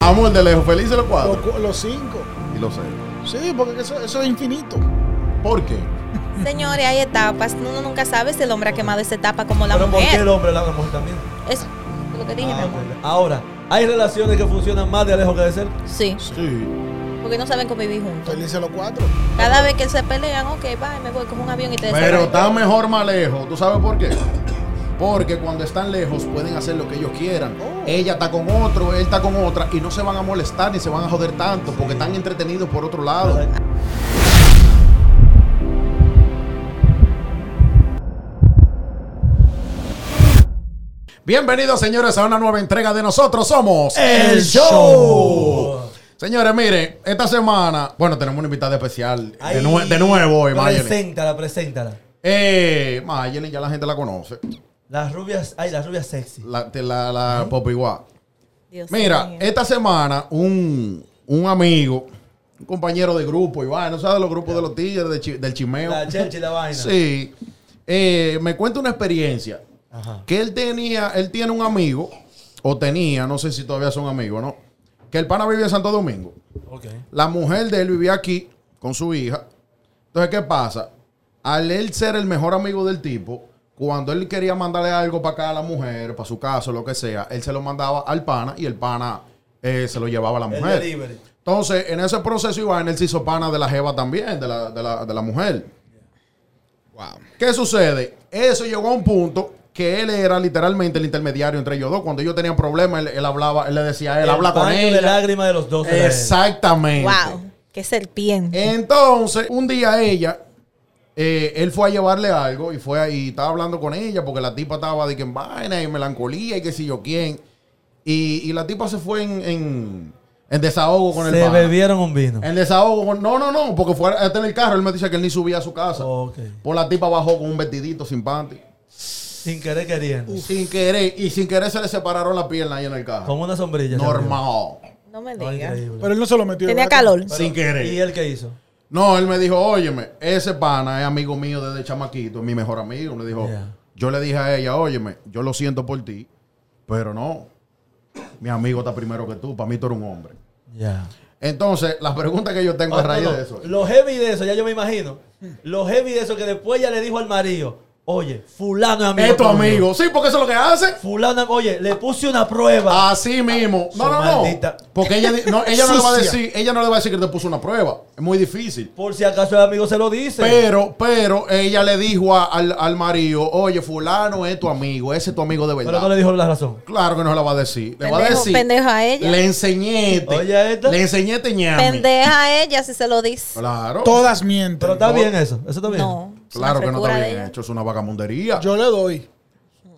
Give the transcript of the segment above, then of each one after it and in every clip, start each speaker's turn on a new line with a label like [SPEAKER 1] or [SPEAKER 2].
[SPEAKER 1] Amor de lejos, felices los cuatro.
[SPEAKER 2] Los, los cinco.
[SPEAKER 1] Y los seis.
[SPEAKER 2] Sí, porque eso, eso es infinito.
[SPEAKER 1] ¿Por qué?
[SPEAKER 3] Señores, hay etapas. Uno nunca sabe si el hombre ha quemado esa etapa como la
[SPEAKER 4] Pero ¿por qué
[SPEAKER 3] mujer.
[SPEAKER 4] el hombre la la mujer también?
[SPEAKER 3] Es lo que dije, mi
[SPEAKER 4] Ah,
[SPEAKER 3] amor.
[SPEAKER 4] bueno. Ahora, ¿hay relaciones que funcionan más de lejos que de cerca?
[SPEAKER 3] Sí,
[SPEAKER 1] Sí.
[SPEAKER 3] porque no saben convivir juntos.
[SPEAKER 2] Felices los cuatro.
[SPEAKER 3] Cada vez que se pelean, ok, bye, me voy con un avión y te
[SPEAKER 1] Pero
[SPEAKER 3] desaparezco.
[SPEAKER 1] está mejor más lejos. ¿Tú sabes por qué? Porque cuando están lejos pueden hacer lo que ellos quieran.
[SPEAKER 2] Oh.
[SPEAKER 1] Ella está con otro, él está con otra y no se van a molestar ni se van a joder tanto porque están entretenidos por otro
[SPEAKER 3] Oh.
[SPEAKER 1] lado.
[SPEAKER 4] ¿Verdad?
[SPEAKER 1] Bienvenidos señores a una nueva entrega de nosotros somos
[SPEAKER 4] El Show.
[SPEAKER 1] Señores, miren, esta semana, bueno, tenemos una invitada especial de,
[SPEAKER 4] Ay,
[SPEAKER 1] nue- de nuevo hoy, Mayelin.
[SPEAKER 4] Preséntala, preséntala.
[SPEAKER 1] Eh, Mayelin ya la gente la conoce.
[SPEAKER 4] Las rubias, ay, las rubias sexy.
[SPEAKER 1] La, te- la, la Poppy Guá.
[SPEAKER 3] Dios
[SPEAKER 1] Mira,
[SPEAKER 3] mío.
[SPEAKER 1] esta semana un, un amigo, un compañero de grupo, Iván, ¿no sabes los grupos de los tigres de chi- del chimeo?
[SPEAKER 4] La chelchi, la vaina.
[SPEAKER 1] Sí. Eh, me cuenta una experiencia
[SPEAKER 4] Ajá.
[SPEAKER 1] que él tenía, él tiene un amigo, o tenía, no sé si todavía son amigos, ¿no? Que el pana vivía en Santo Domingo.
[SPEAKER 4] Ok.
[SPEAKER 1] La mujer de él vivía aquí con su hija. Entonces, ¿qué pasa? Al él ser el mejor amigo del tipo, cuando él quería mandarle algo para acá a la mujer, para su casa, lo que sea, él se lo mandaba al pana y el pana eh, se lo llevaba a la
[SPEAKER 4] El
[SPEAKER 1] mujer.
[SPEAKER 4] delivery.
[SPEAKER 1] Entonces, en ese proceso, Iván, él se hizo pana de la jeva también, de la, de la- de la mujer.
[SPEAKER 2] Wow.
[SPEAKER 1] ¿Qué sucede? Eso llegó a un punto que él era literalmente el intermediario entre ellos dos. Cuando ellos tenían problemas, él, él hablaba, él le decía, él
[SPEAKER 4] El
[SPEAKER 1] habla con
[SPEAKER 4] baño de
[SPEAKER 1] ella.
[SPEAKER 4] lágrimas de los dos. de la gente.
[SPEAKER 1] Exactamente.
[SPEAKER 3] Wow, qué serpiente.
[SPEAKER 1] Entonces, un día ella, eh, él fue a llevarle algo y fue ahí, y estaba hablando con ella porque la tipa estaba de que en vaina y melancolía y qué sé yo quién. Y, y la tipa se fue en, en- en desahogo con el
[SPEAKER 4] Se
[SPEAKER 1] pana.
[SPEAKER 4] bebieron un vino.
[SPEAKER 1] En desahogo con- No, no, no, porque fue hasta en el carro. Él me dice que él ni subía a su casa.
[SPEAKER 4] Ok.
[SPEAKER 1] Por la tipa bajó con un vestidito sin panty.
[SPEAKER 4] Sin querer queriendo.
[SPEAKER 1] Sin querer. Y sin querer se le separaron las piernas ahí en el carro.
[SPEAKER 4] Con una sombrilla. se
[SPEAKER 1] Normal.
[SPEAKER 3] No me
[SPEAKER 4] abrió. No,
[SPEAKER 3] digas.
[SPEAKER 4] increíble.
[SPEAKER 2] Pero él no se lo metió.
[SPEAKER 3] Tenía
[SPEAKER 2] ¿verdad?
[SPEAKER 3] calor.
[SPEAKER 4] Pero,
[SPEAKER 1] Sin querer.
[SPEAKER 4] ¿Y él qué hizo?
[SPEAKER 1] No, él me dijo, óyeme, ese pana es amigo mío desde chamaquito, es mi mejor amigo. Le dijo,
[SPEAKER 4] Yeah.
[SPEAKER 1] yo le dije a ella, óyeme, yo lo siento por ti, pero no, mi amigo está primero que tú, para mí tú eres un hombre.
[SPEAKER 4] Ya.
[SPEAKER 1] Entonces, la pregunta que yo tengo a raíz
[SPEAKER 4] Ah, No, no,
[SPEAKER 1] de eso,
[SPEAKER 4] Lo heavy de eso, ya yo me imagino. Lo heavy de eso que después ya le dijo al marido, oye, fulano es amigo.
[SPEAKER 1] es tu
[SPEAKER 4] tuyo.
[SPEAKER 1] amigo, sí, porque eso es lo que hace.
[SPEAKER 4] Fulano, oye, le puse una prueba.
[SPEAKER 1] Así mismo. No,
[SPEAKER 4] Ah,
[SPEAKER 1] no,
[SPEAKER 4] Su
[SPEAKER 1] no.
[SPEAKER 4] maldita-
[SPEAKER 1] Porque ella, di- no, ella no le va a
[SPEAKER 2] Sucia.
[SPEAKER 1] decir, ella no le va a decir que te puso una prueba. Es muy difícil.
[SPEAKER 4] Por si acaso el amigo se lo dice.
[SPEAKER 1] Pero, pero ella le dijo a- al, al marido, oye, fulano es tu amigo, ese es tu amigo de verdad.
[SPEAKER 4] Pero no le dijo la razón.
[SPEAKER 1] Claro que no se la va a decir. Le va a
[SPEAKER 3] Pendejo-
[SPEAKER 1] decir.
[SPEAKER 3] pendejo a ella.
[SPEAKER 1] Le enseñé. te-
[SPEAKER 4] Oye, a esta.
[SPEAKER 1] Le enseñé te ñami.
[SPEAKER 3] Pendeja a ella si se lo dice.
[SPEAKER 1] Claro.
[SPEAKER 2] Todas mienten.
[SPEAKER 4] Pero está bien eso. Eso está bien.
[SPEAKER 3] No. es una
[SPEAKER 1] claro que no
[SPEAKER 3] frescura
[SPEAKER 1] está
[SPEAKER 3] de
[SPEAKER 1] bien
[SPEAKER 3] ella.
[SPEAKER 1] hecho. Es una vagamundería.
[SPEAKER 2] Yo le doy.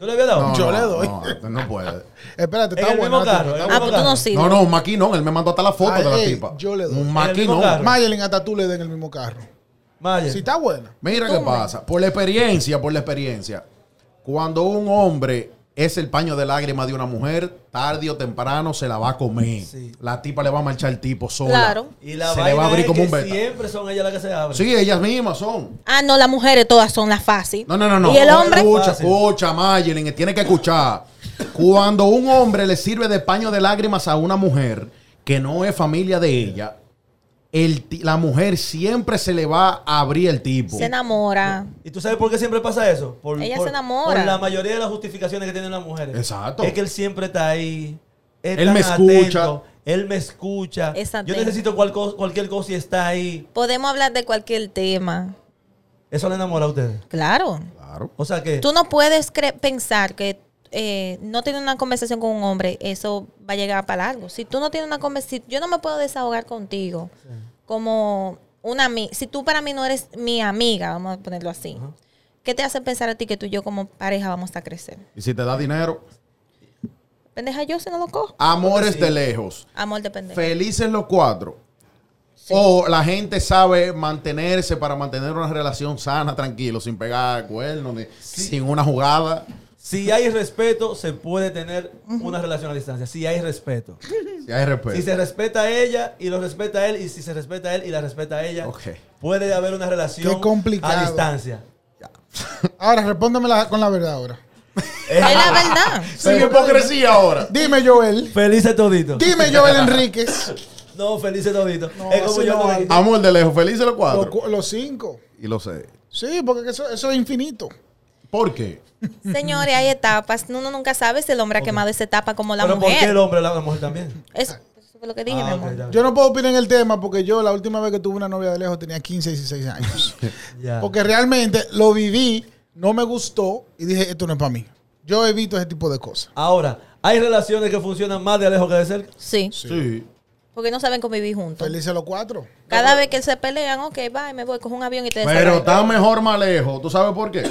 [SPEAKER 4] ¿Tú le habías dado?
[SPEAKER 1] No,
[SPEAKER 2] yo
[SPEAKER 1] no,
[SPEAKER 2] le doy.
[SPEAKER 1] No, este no puede.
[SPEAKER 2] Espérate,
[SPEAKER 4] En
[SPEAKER 2] está
[SPEAKER 4] el mismo
[SPEAKER 2] bueno.
[SPEAKER 4] carro, en el
[SPEAKER 3] Ah, pues tú no
[SPEAKER 1] No,
[SPEAKER 3] sirves.
[SPEAKER 1] no, un maquinón. Él me mandó hasta la foto
[SPEAKER 2] Ay,
[SPEAKER 1] de la
[SPEAKER 2] ey,
[SPEAKER 1] tipa.
[SPEAKER 2] yo le doy.
[SPEAKER 1] Un
[SPEAKER 4] mismo
[SPEAKER 1] maquinón.
[SPEAKER 4] carro.
[SPEAKER 2] Mayelin, hasta tú le den el mismo carro.
[SPEAKER 4] Maya.
[SPEAKER 2] Si está buena.
[SPEAKER 1] Mira qué
[SPEAKER 3] Tú,
[SPEAKER 1] pasa. Por la experiencia, por la experiencia. Cuando un hombre es el paño de lágrimas de una mujer, tarde o temprano se la va a comer.
[SPEAKER 4] Sí.
[SPEAKER 1] La tipa le va a marchar el tipo sola.
[SPEAKER 3] Claro.
[SPEAKER 4] Y la
[SPEAKER 1] se
[SPEAKER 4] vaina
[SPEAKER 1] le va a abrir
[SPEAKER 4] es
[SPEAKER 1] como
[SPEAKER 4] que
[SPEAKER 1] un beta.
[SPEAKER 4] siempre son ellas las que se abren.
[SPEAKER 1] Sí, ellas mismas son.
[SPEAKER 3] Ah, no, las mujeres todas son las fáciles.
[SPEAKER 1] No, no, no, no.
[SPEAKER 3] ¿Y el hombre?
[SPEAKER 1] Escucha,
[SPEAKER 4] Fácil.
[SPEAKER 1] escucha, Mayelin, tiene que escuchar. Cuando un hombre le sirve de paño de lágrimas a una mujer que no es familia de ella, el ti- la mujer siempre se le va a abrir el tipo.
[SPEAKER 3] Se enamora.
[SPEAKER 4] ¿Y tú sabes por qué siempre pasa eso? Por,
[SPEAKER 3] Ella
[SPEAKER 4] por-
[SPEAKER 3] se enamora.
[SPEAKER 4] Por la mayoría de las justificaciones que tienen las mujeres.
[SPEAKER 1] Exacto.
[SPEAKER 4] Es que él siempre está ahí. es
[SPEAKER 1] Él
[SPEAKER 4] tan
[SPEAKER 1] me escucha.
[SPEAKER 4] atento, Él me escucha.
[SPEAKER 3] Es
[SPEAKER 4] Yo
[SPEAKER 3] atento.
[SPEAKER 4] necesito cual co- cualquier cosa y está ahí.
[SPEAKER 3] Podemos hablar de cualquier tema.
[SPEAKER 4] Eso le enamora a ustedes.
[SPEAKER 3] Claro.
[SPEAKER 1] Claro.
[SPEAKER 4] O sea que.
[SPEAKER 3] Tú no puedes cre- pensar que eh, no tener una conversación con un hombre, eso va a llegar para largo. Si tú no tienes una conversación, yo no me puedo desahogar contigo como una amiga. Si tú para mí no eres mi amiga, vamos a ponerlo así, ¿qué te hace pensar a ti que tú y yo como pareja vamos a crecer?
[SPEAKER 1] Y si te da dinero,
[SPEAKER 3] Pendeja, yo si no lo cojo.
[SPEAKER 1] amores de lejos.
[SPEAKER 3] Amor de pendeja.
[SPEAKER 1] Felices los cuatro. O la gente sabe mantenerse para mantener una relación sana, tranquilo, sin pegar cuernos, ni- sin una jugada.
[SPEAKER 4] Si hay respeto, se puede tener una relación a distancia. Si hay respeto.
[SPEAKER 1] Si hay respeto.
[SPEAKER 4] Si se respeta a ella y lo respeta a él, y si se respeta a él y la respeta a ella,
[SPEAKER 1] Ok.
[SPEAKER 4] puede haber una relación
[SPEAKER 2] Qué complicado.
[SPEAKER 4] a distancia.
[SPEAKER 2] Ahora, respóndeme la- con la verdad ahora.
[SPEAKER 3] Es la verdad.
[SPEAKER 1] Sin hipocresía ahora.
[SPEAKER 2] Dime, Joel.
[SPEAKER 4] Felices todito.
[SPEAKER 2] Dime, Joel Enríquez.
[SPEAKER 4] No, felices todito.
[SPEAKER 2] No,
[SPEAKER 4] es como
[SPEAKER 2] así
[SPEAKER 4] yo
[SPEAKER 2] no
[SPEAKER 4] te
[SPEAKER 2] hay.
[SPEAKER 4] dije.
[SPEAKER 1] Amor de lejos, felices los
[SPEAKER 2] Los,
[SPEAKER 1] cuatro.
[SPEAKER 2] cu- los cinco.
[SPEAKER 1] Y los seis.
[SPEAKER 2] Sí, porque eso, eso es infinito.
[SPEAKER 1] ¿Por qué?
[SPEAKER 3] Señores, hay etapas. Uno nunca sabe si el hombre ha quemado esa etapa como la
[SPEAKER 4] Pero ¿por qué el
[SPEAKER 3] mujer.
[SPEAKER 4] hombre la, la mujer también?
[SPEAKER 3] Eso, eso fue lo que dije,
[SPEAKER 4] Ah,
[SPEAKER 3] mi
[SPEAKER 4] ok,
[SPEAKER 3] amor.
[SPEAKER 4] ya.
[SPEAKER 2] Yo no puedo opinar en el tema porque yo la última vez que tuve una novia de lejos tenía 15, 16 años.
[SPEAKER 4] Ya.
[SPEAKER 2] Porque realmente lo viví, no me gustó y dije, esto no es para mí. Yo evito ese tipo de cosas.
[SPEAKER 4] Ahora, hay relaciones que funcionan más de lejos que de cerca.
[SPEAKER 3] Sí,
[SPEAKER 1] Sí.
[SPEAKER 3] porque no saben convivir juntos.
[SPEAKER 2] Felices los cuatro.
[SPEAKER 3] Cada vez que se pelean, ok, bye, me voy, cojo un avión y te
[SPEAKER 1] Pero
[SPEAKER 3] desaparezco.
[SPEAKER 1] está mejor más lejos. ¿Tú sabes por qué?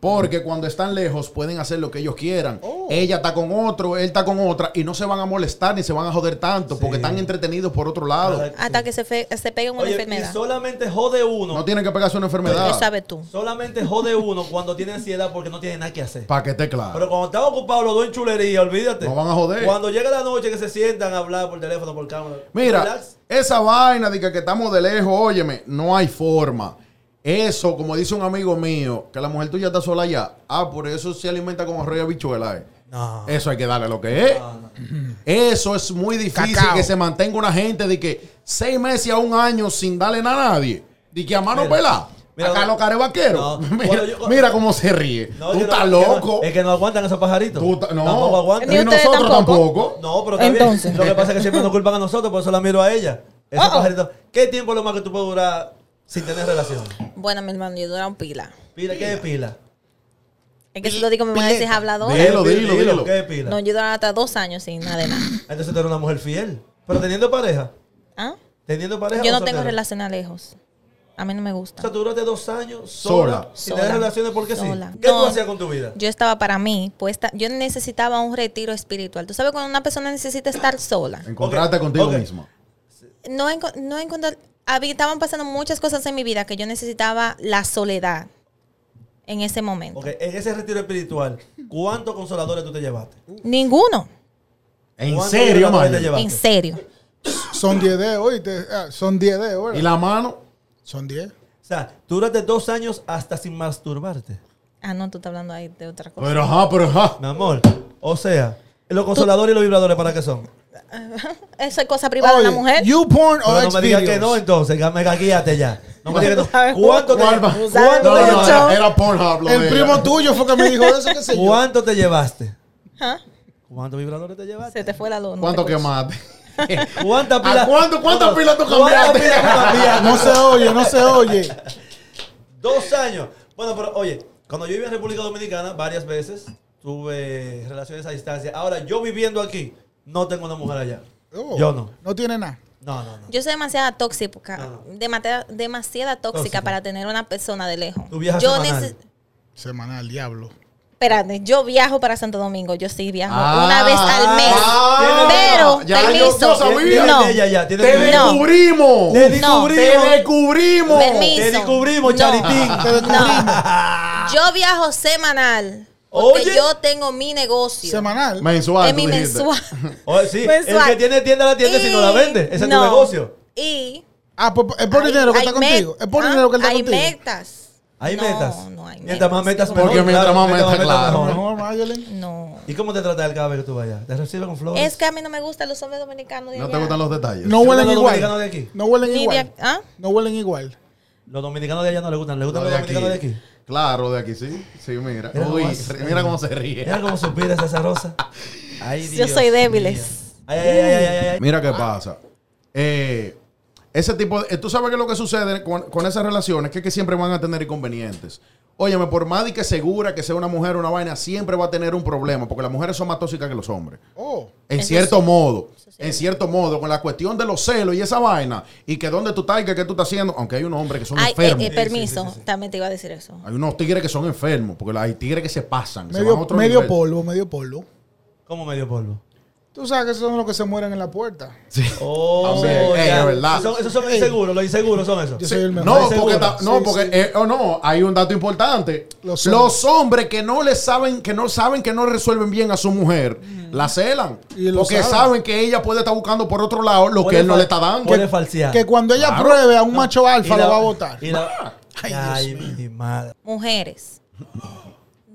[SPEAKER 1] Porque cuando están lejos pueden hacer lo que ellos quieran.
[SPEAKER 4] Oh.
[SPEAKER 1] Ella está con otro, él está con otra y no se van a molestar ni se van a joder tanto porque
[SPEAKER 4] Sí.
[SPEAKER 1] están entretenidos por otro lado.
[SPEAKER 4] Verdad.
[SPEAKER 3] Hasta que se, fe- se peguen una
[SPEAKER 4] Oye, y
[SPEAKER 3] enfermedad.
[SPEAKER 4] solamente jode uno.
[SPEAKER 1] No tienen que pegarse una
[SPEAKER 3] Eso
[SPEAKER 1] enfermedad.
[SPEAKER 3] sabes tú.
[SPEAKER 4] Solamente jode uno cuando tiene ansiedad porque no tiene nada que hacer.
[SPEAKER 1] Para que esté
[SPEAKER 4] Pero
[SPEAKER 1] claro.
[SPEAKER 4] cuando están ocupados los dos en chulería, olvídate.
[SPEAKER 1] No van a joder.
[SPEAKER 4] Cuando llega la noche que se sientan a hablar por teléfono, por cámara.
[SPEAKER 1] Mira,
[SPEAKER 4] relax.
[SPEAKER 1] esa vaina de que, que estamos de lejos, óyeme, no hay forma. Eso, como dice un amigo mío, que la mujer tuya está sola allá. Ah, por eso se alimenta con arroyo y habichuela. eh.
[SPEAKER 4] No.
[SPEAKER 1] Eso hay que darle lo que es.
[SPEAKER 4] no, no.
[SPEAKER 1] Eso es muy difícil
[SPEAKER 2] Cacao.
[SPEAKER 1] que se mantenga una gente de que seis meses a un año sin darle nada a nadie. De que a mano
[SPEAKER 4] Mira,
[SPEAKER 1] pelada.
[SPEAKER 4] mira,
[SPEAKER 1] Acá
[SPEAKER 4] no.
[SPEAKER 1] los cares vaqueros.
[SPEAKER 4] No,
[SPEAKER 1] mira,
[SPEAKER 4] cuando yo-
[SPEAKER 1] mira cómo se ríe.
[SPEAKER 4] No,
[SPEAKER 1] tú
[SPEAKER 4] yo no-
[SPEAKER 1] estás
[SPEAKER 4] que no-
[SPEAKER 1] loco.
[SPEAKER 4] es que no aguantan esos pajaritos.
[SPEAKER 1] Tú ta- no,
[SPEAKER 4] Tampoco aguantan.
[SPEAKER 3] Ni
[SPEAKER 1] Y
[SPEAKER 3] ustedes
[SPEAKER 1] nosotros
[SPEAKER 3] tampoco.
[SPEAKER 1] tampoco.
[SPEAKER 4] No, pero también.
[SPEAKER 3] Entonces.
[SPEAKER 4] Lo que pasa es que siempre nos culpan a nosotros, por eso la miro a ella. Esos
[SPEAKER 3] Oh, oh.
[SPEAKER 4] pajaritos. ¿Qué tiempo es lo más que tú puedes durar sin tener relación?
[SPEAKER 3] Bueno, mi hermano, yo dura un pila.
[SPEAKER 4] Pila, ¿qué es pila?
[SPEAKER 3] Es que si lo digo, me van a decir hablador.
[SPEAKER 1] Bien. Dilo,
[SPEAKER 4] ¿Qué es
[SPEAKER 1] dilo, dilo.
[SPEAKER 4] ¿Qué es pila?
[SPEAKER 3] No, yo duraba hasta dos años sin nada de nada.
[SPEAKER 4] Entonces tú eres una mujer fiel. Pero teniendo pareja.
[SPEAKER 3] ¿Ah?
[SPEAKER 4] Teniendo pareja.
[SPEAKER 3] Yo
[SPEAKER 4] o
[SPEAKER 3] no tengo
[SPEAKER 4] soltera?
[SPEAKER 3] relación a lejos. A mí no me gusta.
[SPEAKER 4] O sea, tú duraste dos años
[SPEAKER 1] Sola.
[SPEAKER 4] sola. Sin tener
[SPEAKER 3] Sola.
[SPEAKER 4] relaciones porque
[SPEAKER 3] Sola.
[SPEAKER 4] sí. ¿Qué
[SPEAKER 3] No.
[SPEAKER 4] tú hacías con tu vida?
[SPEAKER 3] Yo estaba para mí, puesta, yo necesitaba un retiro espiritual. Tú sabes cuando una persona necesita estar sola.
[SPEAKER 1] Encontrarte
[SPEAKER 4] Ok,
[SPEAKER 1] contigo
[SPEAKER 4] ok.
[SPEAKER 1] mismo.
[SPEAKER 3] No enco- no encontrar, había- estaban pasando muchas cosas en mi vida que yo necesitaba la soledad en ese momento.
[SPEAKER 4] Ok, en ese retiro espiritual, ¿cuántos consoladores tú te llevaste?
[SPEAKER 3] Ninguno,
[SPEAKER 1] En
[SPEAKER 4] ¿Cuántos
[SPEAKER 1] serio,
[SPEAKER 4] consoladores te
[SPEAKER 1] man.
[SPEAKER 4] llevaste?
[SPEAKER 3] en serio.
[SPEAKER 2] Son 10 de hoy. son 10 de hoy.
[SPEAKER 1] Y la mano.
[SPEAKER 2] Son 10.
[SPEAKER 4] O sea, tú duraste dos años hasta sin masturbarte.
[SPEAKER 3] Ah, no, tú estás hablando ahí de otra cosa.
[SPEAKER 1] Pero ajá, pero ajá.
[SPEAKER 4] Mi amor. O sea, los consoladores y los vibradores, ¿para qué son?
[SPEAKER 3] Eso es cosa privada de la mujer.
[SPEAKER 2] YouPorn o
[SPEAKER 4] Pero no me digas que no,
[SPEAKER 2] Xvideos.
[SPEAKER 4] entonces, que me guíate ya. No me digas que
[SPEAKER 3] Tú sabes
[SPEAKER 4] no. ¿Cuánto te,
[SPEAKER 1] ¿Cuál va?
[SPEAKER 4] ¿cuánto
[SPEAKER 3] sabes
[SPEAKER 1] No, no,
[SPEAKER 4] te
[SPEAKER 1] no,
[SPEAKER 3] mucho.
[SPEAKER 1] era, era Pornhub. lo de
[SPEAKER 2] El
[SPEAKER 1] ella.
[SPEAKER 2] primo tuyo fue que me dijo eso, qué sé yo.
[SPEAKER 4] ¿Cuánto te llevaste?
[SPEAKER 3] Ah,
[SPEAKER 4] ¿Cuántos vibradores te llevaste?
[SPEAKER 3] Se te fue la luz. no
[SPEAKER 1] ¿Cuánto
[SPEAKER 3] te escucho.
[SPEAKER 1] quemaste?
[SPEAKER 4] ¿Cuántas
[SPEAKER 1] ¿A
[SPEAKER 4] pilas?
[SPEAKER 1] cuánto- cuántas pilas tú cambiaste?
[SPEAKER 4] ¿Cuántas pilas tú cambiaste?
[SPEAKER 2] No se oye, no se oye.
[SPEAKER 4] Dos años. Bueno, pero oye, cuando yo viví en República Dominicana varias veces, tuve relaciones a distancia. Ahora, yo viviendo aquí, no tengo una mujer allá.
[SPEAKER 2] Oh,
[SPEAKER 4] Yo no.
[SPEAKER 2] No tiene nada.
[SPEAKER 4] No, no, no.
[SPEAKER 3] Yo soy demasiada tóxica,
[SPEAKER 1] Ah.
[SPEAKER 4] No,
[SPEAKER 3] demasiada, demasiada tóxica,
[SPEAKER 4] Tóxica.
[SPEAKER 3] para tener una persona de lejos.
[SPEAKER 4] Tú viajas
[SPEAKER 3] yo
[SPEAKER 4] semanal.
[SPEAKER 3] neces-
[SPEAKER 2] Semanal, diablo.
[SPEAKER 3] Espérate, yo viajo para Santo Domingo, yo sí viajo
[SPEAKER 1] Ah,
[SPEAKER 3] una vez al mes.
[SPEAKER 1] ah,
[SPEAKER 3] pero,
[SPEAKER 1] ya yo-
[SPEAKER 3] permiso.
[SPEAKER 1] yo sabía.
[SPEAKER 3] No.
[SPEAKER 4] Tiene ella ya, tiene
[SPEAKER 1] ¡Te
[SPEAKER 4] ella.
[SPEAKER 3] No.
[SPEAKER 1] descubrimos!
[SPEAKER 4] Te
[SPEAKER 3] No.
[SPEAKER 1] ¡Te
[SPEAKER 4] descubrimos.
[SPEAKER 1] descubrimos!
[SPEAKER 3] Permiso.
[SPEAKER 4] Te descubrimos,
[SPEAKER 3] No.
[SPEAKER 4] Charitín. Te
[SPEAKER 3] No. Yo viajo semanal. Porque
[SPEAKER 4] Oye.
[SPEAKER 3] yo tengo mi negocio.
[SPEAKER 2] Semanal.
[SPEAKER 1] Mensual. tú
[SPEAKER 3] Es mi
[SPEAKER 1] dijiste.
[SPEAKER 3] mensual.
[SPEAKER 4] Oye, Oh, sí, el
[SPEAKER 3] Mensual.
[SPEAKER 4] que tiene tienda la tienda si no la vende. Ese es tu
[SPEAKER 3] no.
[SPEAKER 4] negocio.
[SPEAKER 3] Y.
[SPEAKER 2] Ah, pues es por
[SPEAKER 3] hay-
[SPEAKER 2] dinero que
[SPEAKER 3] hay
[SPEAKER 2] está
[SPEAKER 3] met-
[SPEAKER 2] contigo. Es por
[SPEAKER 3] ah,
[SPEAKER 2] dinero que está
[SPEAKER 3] hay
[SPEAKER 2] contigo.
[SPEAKER 3] metas.
[SPEAKER 4] Hay
[SPEAKER 3] No,
[SPEAKER 4] metas.
[SPEAKER 3] no hay
[SPEAKER 4] mientras más
[SPEAKER 3] metas.
[SPEAKER 4] metas,
[SPEAKER 1] Porque mientras más metas, claro.
[SPEAKER 4] mejor.
[SPEAKER 2] Mejor, Magdalene.
[SPEAKER 3] No.
[SPEAKER 4] ¿Y cómo te trata él cada vez que tú vayas? ¿Te recibe con flores?
[SPEAKER 3] Es que a mí no me gustan los hombres dominicanos. de
[SPEAKER 1] No te
[SPEAKER 3] allá.
[SPEAKER 1] gustan los detalles.
[SPEAKER 2] No
[SPEAKER 4] ¿Son
[SPEAKER 2] huelen
[SPEAKER 4] los dominicanos de
[SPEAKER 2] igual.
[SPEAKER 4] aquí?
[SPEAKER 2] No huelen
[SPEAKER 3] Ni de
[SPEAKER 2] igual.
[SPEAKER 3] ac- ¿Ah?
[SPEAKER 2] No huelen igual.
[SPEAKER 4] Los dominicanos de allá no le gustan. ¿Le
[SPEAKER 1] Los
[SPEAKER 4] gustan los
[SPEAKER 1] de
[SPEAKER 4] dominicanos de aquí?
[SPEAKER 1] Claro, de aquí sí. Sí, mira. Uy,
[SPEAKER 4] Mira cómo
[SPEAKER 1] re-
[SPEAKER 4] hace.
[SPEAKER 1] mira cómo se ríe.
[SPEAKER 4] Mira cómo suspira esa rosa. Ay,
[SPEAKER 3] Yo
[SPEAKER 4] Dios
[SPEAKER 3] soy
[SPEAKER 4] mío.
[SPEAKER 3] débiles.
[SPEAKER 4] Ay, ay, ay, ay, ay, ay.
[SPEAKER 1] Mira qué pasa. Eh, ese tipo de, eh, Tú sabes que lo que sucede con, con esas relaciones que, es que siempre van a tener inconvenientes. Óyeme, por más de que segura que sea una mujer o una vaina, siempre va a tener un problema, porque las mujeres son más tóxicas que los hombres.
[SPEAKER 2] Oh.
[SPEAKER 1] En
[SPEAKER 3] Eso
[SPEAKER 1] cierto
[SPEAKER 3] sí.
[SPEAKER 1] modo,
[SPEAKER 3] Eso sí.
[SPEAKER 1] en cierto modo, con la cuestión de los celos y esa vaina, y que dónde tú estás y que qué tú estás haciendo, aunque hay unos hombres que son
[SPEAKER 3] Ay, eh,
[SPEAKER 1] enfermos.
[SPEAKER 3] eh, permiso,
[SPEAKER 4] Sí, sí, sí, sí.
[SPEAKER 3] también te iba a decir eso.
[SPEAKER 1] Hay unos tigres que son enfermos, porque hay tigres que se pasan. que se van a
[SPEAKER 2] Medio,
[SPEAKER 1] otro
[SPEAKER 2] medio
[SPEAKER 1] nivel.
[SPEAKER 2] polvo, medio polvo.
[SPEAKER 4] ¿Cómo medio polvo?
[SPEAKER 2] Tú sabes que esos son los que se mueren en la puerta.
[SPEAKER 4] Oh,
[SPEAKER 1] También, ey,
[SPEAKER 4] ya.
[SPEAKER 1] es verdad.
[SPEAKER 4] Esos, esos son inseguros, los inseguros son esos.
[SPEAKER 2] Yo
[SPEAKER 1] Sí,
[SPEAKER 2] soy el mejor.
[SPEAKER 1] No,
[SPEAKER 4] Estoy
[SPEAKER 1] porque,
[SPEAKER 4] seguro.
[SPEAKER 1] ta- no,
[SPEAKER 2] Sí,
[SPEAKER 1] porque
[SPEAKER 2] sí.
[SPEAKER 1] eh, oh, no, hay un dato importante. Los
[SPEAKER 2] Los
[SPEAKER 1] hombres. que no le saben, que no saben que no resuelven bien a su mujer, la celan.
[SPEAKER 2] Y lo
[SPEAKER 1] porque
[SPEAKER 2] saben.
[SPEAKER 1] saben que ella puede estar buscando por otro lado lo que él no le está dando.
[SPEAKER 4] Puede falsear.
[SPEAKER 2] Que cuando ella
[SPEAKER 1] Claro.
[SPEAKER 2] pruebe a un macho
[SPEAKER 4] Y
[SPEAKER 2] alfa
[SPEAKER 4] la-
[SPEAKER 2] lo va a votar.
[SPEAKER 4] y la-
[SPEAKER 2] Ay,
[SPEAKER 4] Ay, mi madre.
[SPEAKER 3] Mujeres, no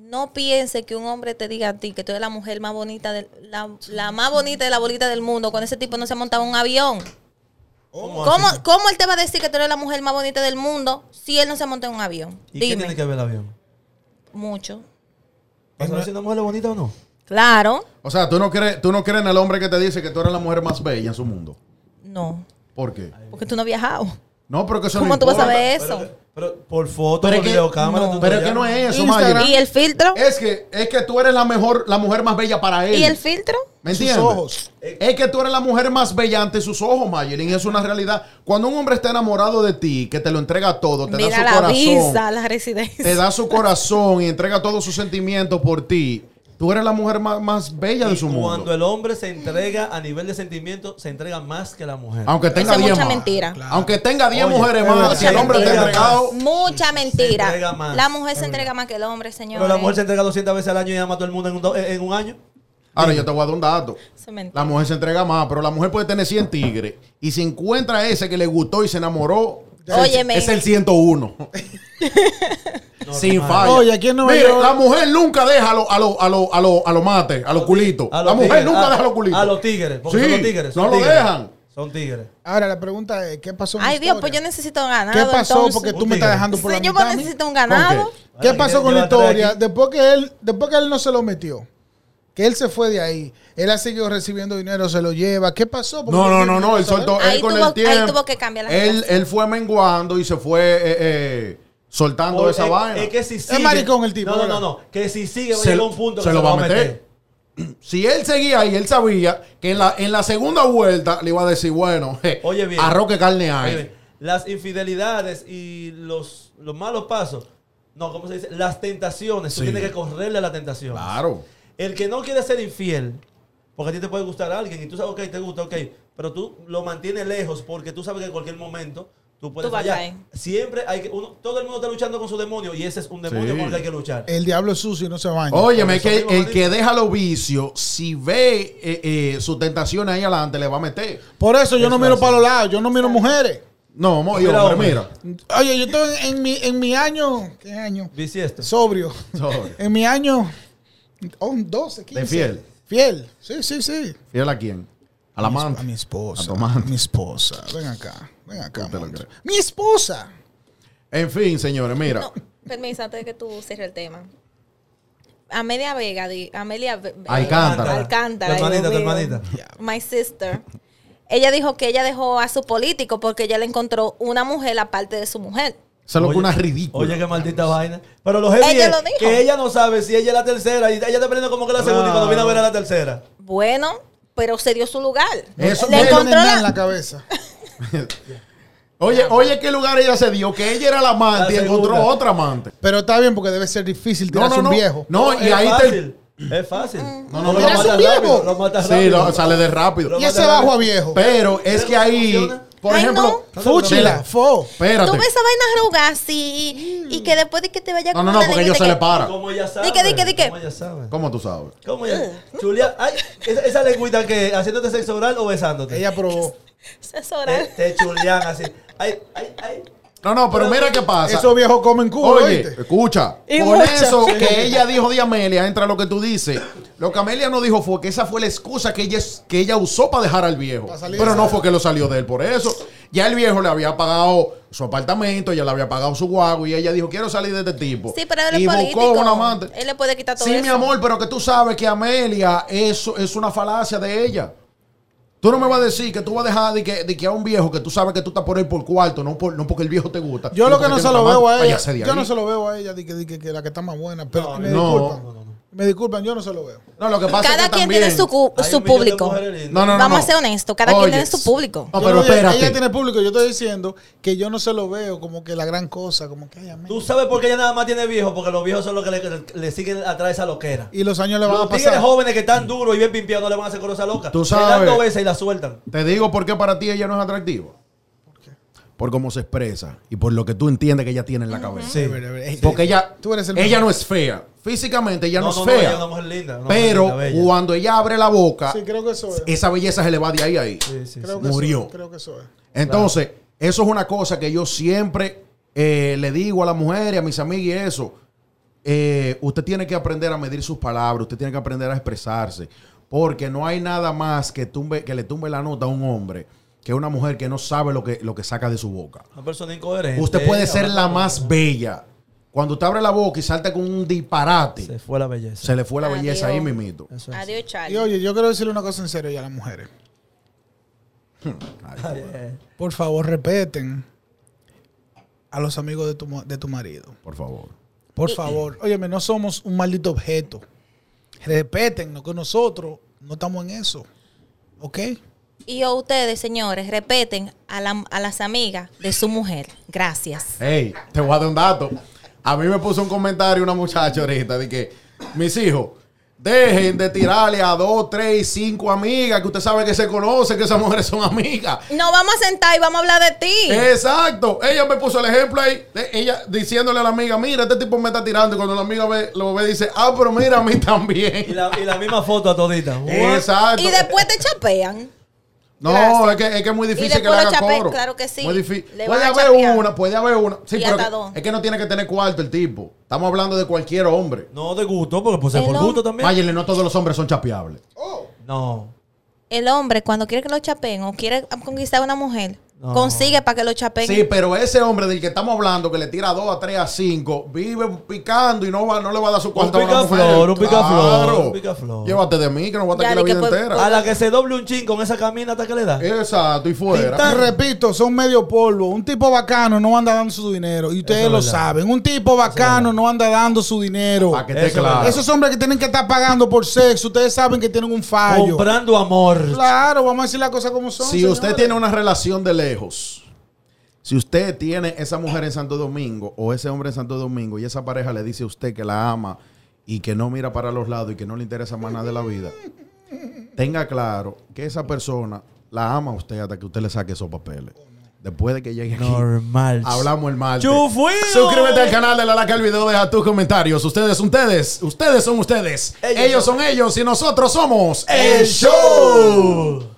[SPEAKER 3] No piense que un hombre te diga a ti que tú eres la mujer más bonita, de, la, la más bonita de la bolita del mundo. Con ese tipo no se ha montado un avión. ¿Cómo,
[SPEAKER 4] así?
[SPEAKER 3] cómo él te va a decir que tú eres la mujer más bonita del mundo si él no se ha montado en un avión?
[SPEAKER 4] ¿Y qué
[SPEAKER 3] Dime.
[SPEAKER 4] tiene que ver el avión?
[SPEAKER 3] Mucho.
[SPEAKER 4] ¿Vas a ver si una mujer es bonita o no?
[SPEAKER 3] Claro.
[SPEAKER 1] O sea, ¿tú no, crees, tú no crees en el hombre que te dice que tú eres la mujer más bella en su mundo.
[SPEAKER 3] No.
[SPEAKER 1] ¿Por qué?
[SPEAKER 3] Porque tú no has viajado.
[SPEAKER 1] No, pero que eso
[SPEAKER 3] ¿Cómo
[SPEAKER 1] no
[SPEAKER 3] tú vas a
[SPEAKER 1] importa.
[SPEAKER 3] ver?
[SPEAKER 4] Pero-
[SPEAKER 3] Eso.
[SPEAKER 4] Pero, por foto,
[SPEAKER 1] Pero es
[SPEAKER 4] por
[SPEAKER 1] que-
[SPEAKER 4] videocámara.
[SPEAKER 3] no.
[SPEAKER 4] tú
[SPEAKER 1] Pero
[SPEAKER 4] te
[SPEAKER 1] que no
[SPEAKER 4] llamas.
[SPEAKER 1] es eso,
[SPEAKER 2] Instagram.
[SPEAKER 1] Mayer.
[SPEAKER 3] ¿Y el filtro?
[SPEAKER 1] Es que, es que tú eres la mejor, la mujer más bella para él.
[SPEAKER 3] ¿Y el filtro?
[SPEAKER 1] ¿Me
[SPEAKER 2] Sus
[SPEAKER 1] entiendes?
[SPEAKER 2] ojos.
[SPEAKER 1] Es que tú eres la mujer más bella ante sus ojos, Mayelin. Es una realidad. Cuando un hombre está enamorado de ti, que te lo entrega todo, te
[SPEAKER 3] Mira
[SPEAKER 1] da su
[SPEAKER 3] la
[SPEAKER 1] corazón,
[SPEAKER 3] visa, la
[SPEAKER 1] te
[SPEAKER 3] residencia.
[SPEAKER 1] da su corazón y entrega todos sus sentimientos por ti, tú eres la mujer más, más bella de
[SPEAKER 4] Y
[SPEAKER 1] su
[SPEAKER 4] Cuando
[SPEAKER 1] mundo.
[SPEAKER 4] el hombre se entrega a nivel de sentimiento, se entrega más que la mujer.
[SPEAKER 1] Aunque
[SPEAKER 3] Eso
[SPEAKER 1] tenga
[SPEAKER 3] es
[SPEAKER 1] 10
[SPEAKER 3] mucha
[SPEAKER 1] más.
[SPEAKER 3] mentira.
[SPEAKER 1] Aunque tenga 10
[SPEAKER 4] Oye,
[SPEAKER 1] mujeres
[SPEAKER 2] es
[SPEAKER 1] más,
[SPEAKER 2] verdad.
[SPEAKER 1] si el hombre te ha
[SPEAKER 4] Mucha
[SPEAKER 1] entregado...
[SPEAKER 3] Mucha
[SPEAKER 4] entrega
[SPEAKER 3] mentira.
[SPEAKER 4] más.
[SPEAKER 3] La mujer se entrega más que el hombre, señor.
[SPEAKER 4] Pero la mujer se entrega 200 veces al año y ama a todo el mundo en un, do- en un año.
[SPEAKER 1] Ahora yo te voy a dar un dato.
[SPEAKER 3] Eso es mentira.
[SPEAKER 1] La mujer se entrega más, pero la mujer puede tener 100 tigres. Y si encuentra ese que le gustó y se enamoró,
[SPEAKER 3] Óyeme.
[SPEAKER 1] es el 101. Sin
[SPEAKER 4] Normal.
[SPEAKER 1] falla.
[SPEAKER 2] Oye, aquí en Nueva
[SPEAKER 1] Mire,
[SPEAKER 2] York-
[SPEAKER 1] la mujer nunca deja a los a lo, a lo, a lo, a lo mates, a los culitos.
[SPEAKER 4] A
[SPEAKER 1] la
[SPEAKER 4] los
[SPEAKER 1] mujer
[SPEAKER 4] tigres,
[SPEAKER 1] nunca
[SPEAKER 4] a-
[SPEAKER 1] deja a los culitos.
[SPEAKER 4] A los tigres. Porque
[SPEAKER 1] Sí,
[SPEAKER 4] son los tigres. son
[SPEAKER 1] no lo
[SPEAKER 4] tigres.
[SPEAKER 1] dejan.
[SPEAKER 4] Son tigres.
[SPEAKER 2] Ahora la pregunta es, ¿qué pasó? en la
[SPEAKER 3] Ay, Dios,
[SPEAKER 2] historia?
[SPEAKER 3] pues yo necesito ganar.
[SPEAKER 2] ¿Qué pasó? Porque tú
[SPEAKER 4] Un
[SPEAKER 2] me estás
[SPEAKER 4] tigre.
[SPEAKER 2] dejando por la
[SPEAKER 3] Señor,
[SPEAKER 2] mitad.
[SPEAKER 3] pues
[SPEAKER 2] a mí.
[SPEAKER 3] necesito un ganado.
[SPEAKER 1] ¿Con
[SPEAKER 2] ¿Qué
[SPEAKER 4] Ahora,
[SPEAKER 2] pasó
[SPEAKER 4] ¿quién
[SPEAKER 2] con la
[SPEAKER 4] lleva tres
[SPEAKER 2] historia?
[SPEAKER 4] aquí?
[SPEAKER 2] Después que, él, después que él no se lo metió, que él se fue de ahí, él ha seguido recibiendo dinero, se lo lleva. ¿qué pasó? Porque
[SPEAKER 1] No,
[SPEAKER 2] yo
[SPEAKER 1] no, no,
[SPEAKER 2] quiero
[SPEAKER 1] no. Él
[SPEAKER 2] saber.
[SPEAKER 1] soltó.
[SPEAKER 3] Ahí
[SPEAKER 1] él con
[SPEAKER 3] tuvo-
[SPEAKER 1] el
[SPEAKER 3] ahí
[SPEAKER 1] tiempo.
[SPEAKER 3] tuvo que cambiar las
[SPEAKER 1] él,
[SPEAKER 3] cosas.
[SPEAKER 1] él fue menguando y se fue eh, eh, soltando
[SPEAKER 4] Por-
[SPEAKER 1] esa
[SPEAKER 4] es-
[SPEAKER 1] vaina.
[SPEAKER 4] Es que si sigue.
[SPEAKER 2] maricón el tipo,
[SPEAKER 4] No, no,
[SPEAKER 2] ¿verdad?
[SPEAKER 4] no, no. Que si sigue, va a
[SPEAKER 1] Se-
[SPEAKER 4] llegar a un punto que
[SPEAKER 1] se lo va a meter. Si él seguía ahí, él sabía que en la, en la segunda vuelta le iba a decir, bueno, je,
[SPEAKER 4] Oye, bien.
[SPEAKER 1] arroz que carne hay.
[SPEAKER 4] Oye, Las infidelidades y los, los malos pasos. No, ¿cómo se dice? Las tentaciones.
[SPEAKER 1] Sí.
[SPEAKER 4] Tú tienes que correrle a la tentación.
[SPEAKER 1] Claro.
[SPEAKER 4] El que no quiere ser infiel, porque a ti te puede gustar a alguien y tú sabes, ok, te gusta, ok, pero tú lo mantienes lejos porque tú sabes que en cualquier momento tú puedes
[SPEAKER 3] Tú vas a
[SPEAKER 4] fallar.
[SPEAKER 3] caer.
[SPEAKER 4] Siempre hay que, uno, todo el mundo está luchando con su demonio y ese es un demonio
[SPEAKER 1] Sí. Eh,
[SPEAKER 4] porque hay que luchar.
[SPEAKER 2] El diablo es sucio y no se baña.
[SPEAKER 1] Óyeme,
[SPEAKER 4] Por eso
[SPEAKER 1] que
[SPEAKER 4] mismo,
[SPEAKER 1] el
[SPEAKER 4] Manito.
[SPEAKER 1] que deja los vicios, si ve eh, eh, su tentación ahí adelante, le va a meter.
[SPEAKER 2] Por eso yo no
[SPEAKER 4] Eso
[SPEAKER 2] miro
[SPEAKER 4] hace.
[SPEAKER 2] para los lados, yo no miro mujeres.
[SPEAKER 1] No, mo- y
[SPEAKER 4] Mira,
[SPEAKER 1] hombre,
[SPEAKER 4] hombre.
[SPEAKER 1] mira.
[SPEAKER 2] Oye, yo estoy en mi, en mi año, ¿qué año?
[SPEAKER 4] Bisiesto.
[SPEAKER 2] Sobrio.
[SPEAKER 1] Sobre.
[SPEAKER 2] En mi año, oh, 12, 15.
[SPEAKER 1] De fiel.
[SPEAKER 2] Fiel, sí, sí, sí.
[SPEAKER 1] ¿Fiel a quién? A la
[SPEAKER 2] A mi
[SPEAKER 1] amante.
[SPEAKER 2] esposa.
[SPEAKER 1] A tu amante.
[SPEAKER 2] Mi esposa. Ven acá. Ven acá.
[SPEAKER 1] te lo
[SPEAKER 2] monstruo.
[SPEAKER 1] crees.
[SPEAKER 2] Mi esposa.
[SPEAKER 1] En fin, señores, mira.
[SPEAKER 3] No, permiso, antes de que tú cierres el tema. Amelia Vega, di- Amelia Ve- eh,
[SPEAKER 1] Alcántara.
[SPEAKER 3] Alcántara,
[SPEAKER 4] Tu hermanita,
[SPEAKER 3] Dios
[SPEAKER 4] tu
[SPEAKER 3] mío.
[SPEAKER 4] hermanita.
[SPEAKER 3] My sister. Ella dijo que ella dejó a su político porque ella le encontró una mujer aparte de su mujer.
[SPEAKER 1] Se lo que
[SPEAKER 4] Oye,
[SPEAKER 1] una ridícula.
[SPEAKER 4] Oye, qué maldita vaina. Pero lo heavy
[SPEAKER 3] Ella
[SPEAKER 4] es
[SPEAKER 3] lo dijo.
[SPEAKER 4] que ella no sabe si ella es la tercera y ella está perdiendo como que la segunda y cuando viene a ver a la tercera.
[SPEAKER 3] Bueno, pero se dio su lugar.
[SPEAKER 1] Eso
[SPEAKER 3] le
[SPEAKER 1] no
[SPEAKER 2] no tiene
[SPEAKER 3] encontró
[SPEAKER 2] nada en
[SPEAKER 3] la...
[SPEAKER 2] la cabeza.
[SPEAKER 1] Oye, oye, qué lugar ella se dio, que ella era la amante y
[SPEAKER 4] La segunda.
[SPEAKER 1] encontró otra amante.
[SPEAKER 2] Pero está bien porque debe ser difícil
[SPEAKER 1] No,
[SPEAKER 2] tirarse
[SPEAKER 1] no, no.
[SPEAKER 2] un viejo.
[SPEAKER 1] No, y
[SPEAKER 4] es
[SPEAKER 1] ahí te.
[SPEAKER 4] fácil. Es fácil.
[SPEAKER 3] Mm.
[SPEAKER 1] No, no, no.
[SPEAKER 4] lo
[SPEAKER 1] Eres un
[SPEAKER 4] matas
[SPEAKER 2] viejo.
[SPEAKER 4] rápido. Lo matas
[SPEAKER 1] Sí,
[SPEAKER 4] rápido.
[SPEAKER 1] lo- sale de rápido.
[SPEAKER 4] Lo
[SPEAKER 2] Y
[SPEAKER 4] mata
[SPEAKER 2] ese bajo a viejo.
[SPEAKER 1] Pero es que ahí,
[SPEAKER 4] funciona?
[SPEAKER 1] por
[SPEAKER 3] Ay,
[SPEAKER 1] ejemplo.
[SPEAKER 4] no.
[SPEAKER 2] Fúchila,
[SPEAKER 1] Mira,
[SPEAKER 2] fo.
[SPEAKER 3] Tú
[SPEAKER 1] Espérate.
[SPEAKER 3] ves esa vaina arruga así
[SPEAKER 2] Mm.
[SPEAKER 3] y, y que después de que te vaya
[SPEAKER 1] No,
[SPEAKER 3] con
[SPEAKER 1] no, no,
[SPEAKER 3] una
[SPEAKER 1] porque
[SPEAKER 3] niña
[SPEAKER 1] ellos
[SPEAKER 3] y
[SPEAKER 1] se
[SPEAKER 3] te
[SPEAKER 1] le
[SPEAKER 3] que-
[SPEAKER 1] paran.
[SPEAKER 4] Como ella sabe.
[SPEAKER 3] Di que, di que, di que.
[SPEAKER 4] Como ella sabe.
[SPEAKER 1] ¿Cómo tú sabes?
[SPEAKER 4] ¿Cómo ella?
[SPEAKER 3] Mm.
[SPEAKER 4] Julia, ay, esa, esa lengüita que haciéndote sexo oral o besándote.
[SPEAKER 2] Ella probó.
[SPEAKER 3] Es
[SPEAKER 4] te,
[SPEAKER 1] Eh,
[SPEAKER 3] oral.
[SPEAKER 4] te chulean así. Ay, ay, ay.
[SPEAKER 1] No, no, pero mira qué pasa.
[SPEAKER 2] Esos viejos comen culo,
[SPEAKER 1] Oye, eh,
[SPEAKER 2] ¿oíste?
[SPEAKER 1] escucha.
[SPEAKER 3] Y
[SPEAKER 1] por
[SPEAKER 3] mucho.
[SPEAKER 1] eso que ella dijo de Amelia, entra lo que tú dices. Lo que Amelia no dijo fue que esa fue la excusa que ella, que ella usó para dejar al viejo.
[SPEAKER 2] Para salir
[SPEAKER 1] Pero
[SPEAKER 2] de
[SPEAKER 1] no
[SPEAKER 2] esa.
[SPEAKER 1] fue que lo salió de él por eso. Ya el viejo le había pagado su apartamento, ya le había pagado su guago y ella dijo, quiero salir de este tipo.
[SPEAKER 3] Sí, pero él
[SPEAKER 1] y
[SPEAKER 3] es
[SPEAKER 1] buscó
[SPEAKER 3] político.
[SPEAKER 1] un amante.
[SPEAKER 3] Él le puede quitar todo
[SPEAKER 1] Sí,
[SPEAKER 3] eso.
[SPEAKER 1] mi amor, pero que tú sabes que Amelia eso es una falacia de ella. Tú no me vas a decir que tú vas a dejar de que, de que a un viejo que tú sabes que tú estás por él por cuarto, no, por, no porque el viejo te gusta.
[SPEAKER 2] Yo
[SPEAKER 1] sino
[SPEAKER 2] lo que no
[SPEAKER 1] porque
[SPEAKER 2] se
[SPEAKER 1] tiene
[SPEAKER 2] lo
[SPEAKER 1] un amante.
[SPEAKER 2] veo a ella.
[SPEAKER 1] Váyase de
[SPEAKER 2] Yo
[SPEAKER 1] ahí.
[SPEAKER 2] no se lo veo a ella, di que, di que, que la que está más buena. Pero
[SPEAKER 4] No,
[SPEAKER 2] me
[SPEAKER 1] no.
[SPEAKER 2] disculpan.
[SPEAKER 1] No,
[SPEAKER 2] Me disculpan, yo no se lo veo.
[SPEAKER 1] No, lo que pasa es
[SPEAKER 3] Cada
[SPEAKER 1] que
[SPEAKER 3] quien
[SPEAKER 1] también...
[SPEAKER 3] tiene su, cu-
[SPEAKER 4] Hay
[SPEAKER 3] su
[SPEAKER 4] un millón de
[SPEAKER 3] público.
[SPEAKER 4] mujeres lindas.
[SPEAKER 1] No, no, no,
[SPEAKER 3] Vamos
[SPEAKER 1] no.
[SPEAKER 3] a ser honestos, cada
[SPEAKER 1] Oye,
[SPEAKER 3] quien tiene su público.
[SPEAKER 1] No,
[SPEAKER 2] Yo
[SPEAKER 1] pero
[SPEAKER 2] no-
[SPEAKER 1] espérate.
[SPEAKER 2] Ella tiene público, yo estoy diciendo que yo no se lo veo como que la gran cosa, como que ay, amén.
[SPEAKER 4] Tú sabes por qué ella nada más tiene viejos, porque los viejos son los que le, le siguen atrás esa loquera.
[SPEAKER 2] Y los años le van a
[SPEAKER 4] Los
[SPEAKER 2] pasar.
[SPEAKER 4] tigres jóvenes que están duros y bien pimpeados no le van a hacer con esa loca.
[SPEAKER 1] Tú
[SPEAKER 4] Se dan
[SPEAKER 1] sabes.
[SPEAKER 4] dos veces y la sueltan.
[SPEAKER 1] Te digo por qué para ti ella no es atractiva. Por cómo se expresa y por lo que tú entiendes que ella tiene en la cabeza.
[SPEAKER 4] Sí.
[SPEAKER 1] Porque ella,
[SPEAKER 2] Tú eres el
[SPEAKER 1] ella
[SPEAKER 2] mejor.
[SPEAKER 1] no es fea. Físicamente ella no,
[SPEAKER 4] No,
[SPEAKER 1] es
[SPEAKER 4] no, no,
[SPEAKER 1] fea.
[SPEAKER 4] ella es una mujer linda, una
[SPEAKER 1] pero
[SPEAKER 4] mujer linda, bella.
[SPEAKER 1] cuando ella abre la boca,
[SPEAKER 2] Sí, creo que eso es.
[SPEAKER 1] esa belleza se le va de ahí a ahí.
[SPEAKER 4] Sí, sí,
[SPEAKER 2] Creo
[SPEAKER 4] sí.
[SPEAKER 2] que
[SPEAKER 1] murió.
[SPEAKER 2] eso es, creo que eso es.
[SPEAKER 1] Entonces, eso es una cosa que yo siempre eh, le digo a la mujer y a mis amigas y eso. eh, usted tiene que aprender a medir sus palabras, usted tiene que aprender a expresarse, porque no hay nada más que, tumbe, que le tumbe la nota a un hombre que una mujer que no sabe lo que, lo que saca de su boca.
[SPEAKER 4] Una persona incoherente.
[SPEAKER 1] Usted puede ser
[SPEAKER 4] Ahora,
[SPEAKER 1] la más bella. Cuando usted abre la boca y salta con un disparate,
[SPEAKER 4] Se
[SPEAKER 1] se,
[SPEAKER 4] fue la belleza.
[SPEAKER 1] le fue la
[SPEAKER 3] Adiós.
[SPEAKER 1] belleza ahí, mimito.
[SPEAKER 4] Eso es.
[SPEAKER 3] Adiós, Charlie.
[SPEAKER 2] Y oye, yo quiero decirle una cosa en serio ya a las mujeres.
[SPEAKER 1] Ay,
[SPEAKER 4] Ay, eh.
[SPEAKER 2] Por favor, respeten a los amigos de tu, mo- de tu marido.
[SPEAKER 1] por favor.
[SPEAKER 2] Por favor. Óyeme, no somos un maldito objeto. Respeten, que nosotros no estamos en eso. ¿Ok?
[SPEAKER 3] Y yo, ustedes, señores, repeten a, la- a las amigas de su mujer. Gracias.
[SPEAKER 1] Ey, te voy a dar un dato. A mí me puso un comentario una muchacha ahorita de que, mis hijos, dejen de tirarle a dos, tres, y cinco amigas que usted sabe que se conocen, que esas mujeres son amigas.
[SPEAKER 3] Nos vamos a sentar y vamos a hablar de ti.
[SPEAKER 1] Exacto. Ella me puso el ejemplo ahí. de ella diciéndole a la amiga, mira, este tipo me está tirando. Y cuando la amiga ve- lo ve, dice, ah, pero mira a mí
[SPEAKER 4] Y
[SPEAKER 1] también.
[SPEAKER 4] la, y la misma foto a todita.
[SPEAKER 1] Exacto.
[SPEAKER 3] y después te chapean.
[SPEAKER 1] No,
[SPEAKER 3] Gracias.
[SPEAKER 1] es que, es que es muy difícil
[SPEAKER 3] después
[SPEAKER 1] que le haga
[SPEAKER 3] lo chapeen,
[SPEAKER 1] coro.
[SPEAKER 3] claro que sí.
[SPEAKER 1] Muy difícil.
[SPEAKER 3] Le
[SPEAKER 1] Puede
[SPEAKER 3] van a
[SPEAKER 1] haber
[SPEAKER 3] chapear.
[SPEAKER 1] una, puede haber una. Sí,
[SPEAKER 3] Y
[SPEAKER 1] pero
[SPEAKER 3] hasta
[SPEAKER 1] que-
[SPEAKER 3] dos.
[SPEAKER 1] es que no tiene que tener cuarto el tipo. Estamos hablando de cualquier hombre.
[SPEAKER 4] No de gusto, porque pues es
[SPEAKER 3] El
[SPEAKER 4] por
[SPEAKER 3] hombre-
[SPEAKER 4] gusto también.
[SPEAKER 1] Váyanle, no todos los hombres son chapeables.
[SPEAKER 4] No.
[SPEAKER 3] El hombre, cuando quiere que lo chapeen o quiere conquistar a una mujer,
[SPEAKER 4] No.
[SPEAKER 3] consigue para que lo chapeen.
[SPEAKER 1] Sí, pero ese hombre del que estamos hablando, que le tira a dos, a tres, a cinco, vive picando y no, va, no le va a dar su cuarto a una mujer.
[SPEAKER 4] picaflor, un picaflor,
[SPEAKER 1] Claro.
[SPEAKER 4] un picaflor.
[SPEAKER 1] Llévate de mí, que no voy a estar
[SPEAKER 3] Ya,
[SPEAKER 1] aquí la
[SPEAKER 3] di que
[SPEAKER 1] vida
[SPEAKER 3] fue-
[SPEAKER 1] entera.
[SPEAKER 4] A la que se doble un chin con esa caminata que le da.
[SPEAKER 1] Exacto, y fuera.
[SPEAKER 4] Tinta-
[SPEAKER 2] Repito, son medio polvo. Un tipo bacano no anda dando su dinero. Y ustedes
[SPEAKER 4] Eso es
[SPEAKER 2] lo
[SPEAKER 4] verdad.
[SPEAKER 2] saben. Un tipo bacano no anda dando su dinero.
[SPEAKER 1] Para que esté
[SPEAKER 4] Eso,
[SPEAKER 1] claro.
[SPEAKER 2] Esos hombres que tienen que estar pagando por sexo, ustedes saben que tienen un fallo.
[SPEAKER 4] Comprando amor.
[SPEAKER 2] Claro, vamos a decir las cosas como son.
[SPEAKER 1] si usted
[SPEAKER 2] señores.
[SPEAKER 1] tiene una relación de lejos, si usted tiene esa mujer en Santo Domingo o ese hombre en Santo Domingo y esa pareja le dice a usted que la ama y que no mira para los lados y que no le interesa más nada de la vida, tenga claro que esa persona la ama a usted hasta que usted le saque esos papeles. Después de que llegue aquí.
[SPEAKER 4] Normal.
[SPEAKER 1] Hablamos el martes.
[SPEAKER 4] ¡Chufuido!
[SPEAKER 1] Suscríbete al canal de la Laca el video, deja tus comentarios. Ustedes son ustedes, ustedes son ustedes.
[SPEAKER 4] Ellos
[SPEAKER 1] Ellos, son ellos y nosotros somos
[SPEAKER 4] ¡El show!